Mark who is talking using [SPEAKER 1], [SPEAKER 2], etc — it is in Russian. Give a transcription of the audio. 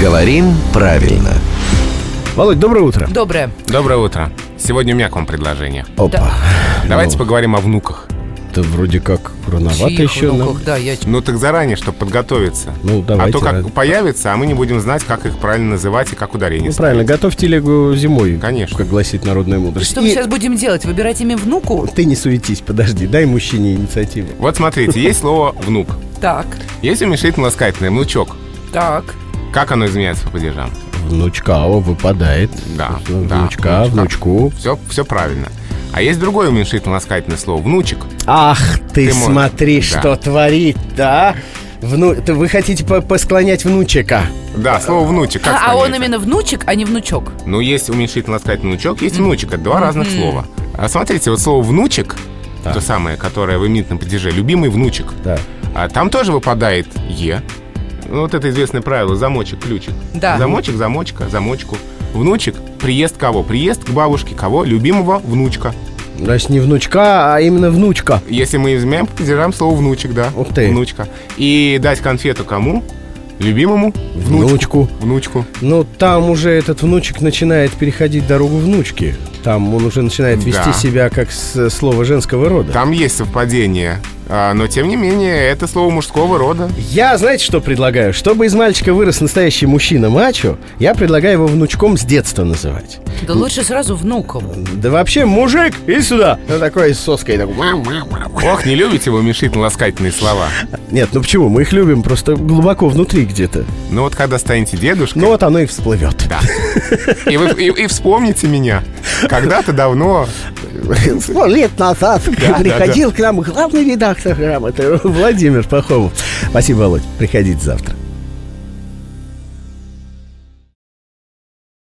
[SPEAKER 1] Говорим правильно.
[SPEAKER 2] Володь, доброе утро.
[SPEAKER 3] Доброе.
[SPEAKER 4] Доброе утро. Сегодня у меня к вам предложение.
[SPEAKER 2] Опа. Ну.
[SPEAKER 4] Давайте поговорим о внуках.
[SPEAKER 2] Это вроде как рановато
[SPEAKER 3] Тихо,
[SPEAKER 2] еще.
[SPEAKER 3] ну
[SPEAKER 2] нам.
[SPEAKER 3] как, да, я... ч-
[SPEAKER 4] Ну так заранее, чтобы подготовиться.
[SPEAKER 2] Ну,
[SPEAKER 4] а
[SPEAKER 2] давайте,
[SPEAKER 4] то как
[SPEAKER 2] да.
[SPEAKER 4] появится, а мы не будем знать, как их правильно называть и как ударение.
[SPEAKER 2] Ну, правильно, готовь телегу зимой.
[SPEAKER 4] Конечно.
[SPEAKER 2] Как гласит народная мудрость.
[SPEAKER 3] Что мы
[SPEAKER 2] И
[SPEAKER 3] сейчас будем делать? Выбирать имя внуку?
[SPEAKER 2] Ты не суетись, подожди, дай мужчине инициативу.
[SPEAKER 4] Вот смотрите, есть слово «внук».
[SPEAKER 3] Так,
[SPEAKER 4] Есть уменьшительно ласкательное «внучок».
[SPEAKER 3] так.
[SPEAKER 4] Как оно изменяется по падежам?
[SPEAKER 2] Внучка о, выпадает.
[SPEAKER 4] Да,
[SPEAKER 2] Собственно,
[SPEAKER 4] да,
[SPEAKER 2] Внучка,
[SPEAKER 4] внучка.
[SPEAKER 2] внучку.
[SPEAKER 4] Все, все правильно. А есть другое уменьшительно ласкательное слово «внучек».
[SPEAKER 2] Ах, ты,
[SPEAKER 4] Ты можешь.
[SPEAKER 2] смотри,
[SPEAKER 4] Да.
[SPEAKER 2] что творит, да? Вну... ты- Вы хотите по- посклонять внучика?
[SPEAKER 4] Да, слово «внучек». Как
[SPEAKER 3] А, а он
[SPEAKER 4] склоняется?
[SPEAKER 3] именно внучек, а не внучок.
[SPEAKER 4] Ну, есть уменьшительно ласкательный внучок, есть внучек. Это два разных слова. А смотрите, вот слово «внучек», то самое, которое в именитном падеже, «любимый внучек»,
[SPEAKER 2] Да.
[SPEAKER 4] а там тоже выпадает «е». Ну, вот это известное правило «замочек, ключик».
[SPEAKER 3] Да.
[SPEAKER 4] Замочек, замочка, замочку. Внучек – приезд кого? Приезд к бабушке кого? Любимого внучка.
[SPEAKER 2] Значит, не внучка, а именно внучка.
[SPEAKER 4] Если мы изменяем по падежам слово «внучек», да?
[SPEAKER 2] Ух ты.
[SPEAKER 4] Внучка. И дать конфету кому? Любимому?
[SPEAKER 2] Внучку.
[SPEAKER 4] Внучку.
[SPEAKER 2] Ну, там уже этот внучек начинает переходить дорогу внучки. Там он уже начинает
[SPEAKER 4] Да.
[SPEAKER 2] вести себя как с- э, слово женского рода.
[SPEAKER 4] Там есть совпадение. А, но, тем не менее, это слово мужского рода.
[SPEAKER 2] Я, знаете, что предлагаю? Чтобы из мальчика вырос настоящий мужчина-мачо, я предлагаю его внучком с детства называть.
[SPEAKER 3] Да лучше сразу внуком.
[SPEAKER 2] Да вообще, мужик, иди сюда! Ну, такой с соской, такой...
[SPEAKER 4] Ох, не любите вы уменьшительно ласкательные слова.
[SPEAKER 2] Нет, ну почему? Мы их любим, просто глубоко внутри где-то.
[SPEAKER 4] Ну вот когда станете дедушкой,
[SPEAKER 2] Ну вот оно и всплывет.
[SPEAKER 4] да. И, вы, и- и вспомните меня. Когда-то давно.
[SPEAKER 2] Сто Ну, лет назад
[SPEAKER 4] да,
[SPEAKER 2] а э, приходил к нам главный редактор грамоты Владимир Пахомов. Спасибо, Володь. Приходите завтра.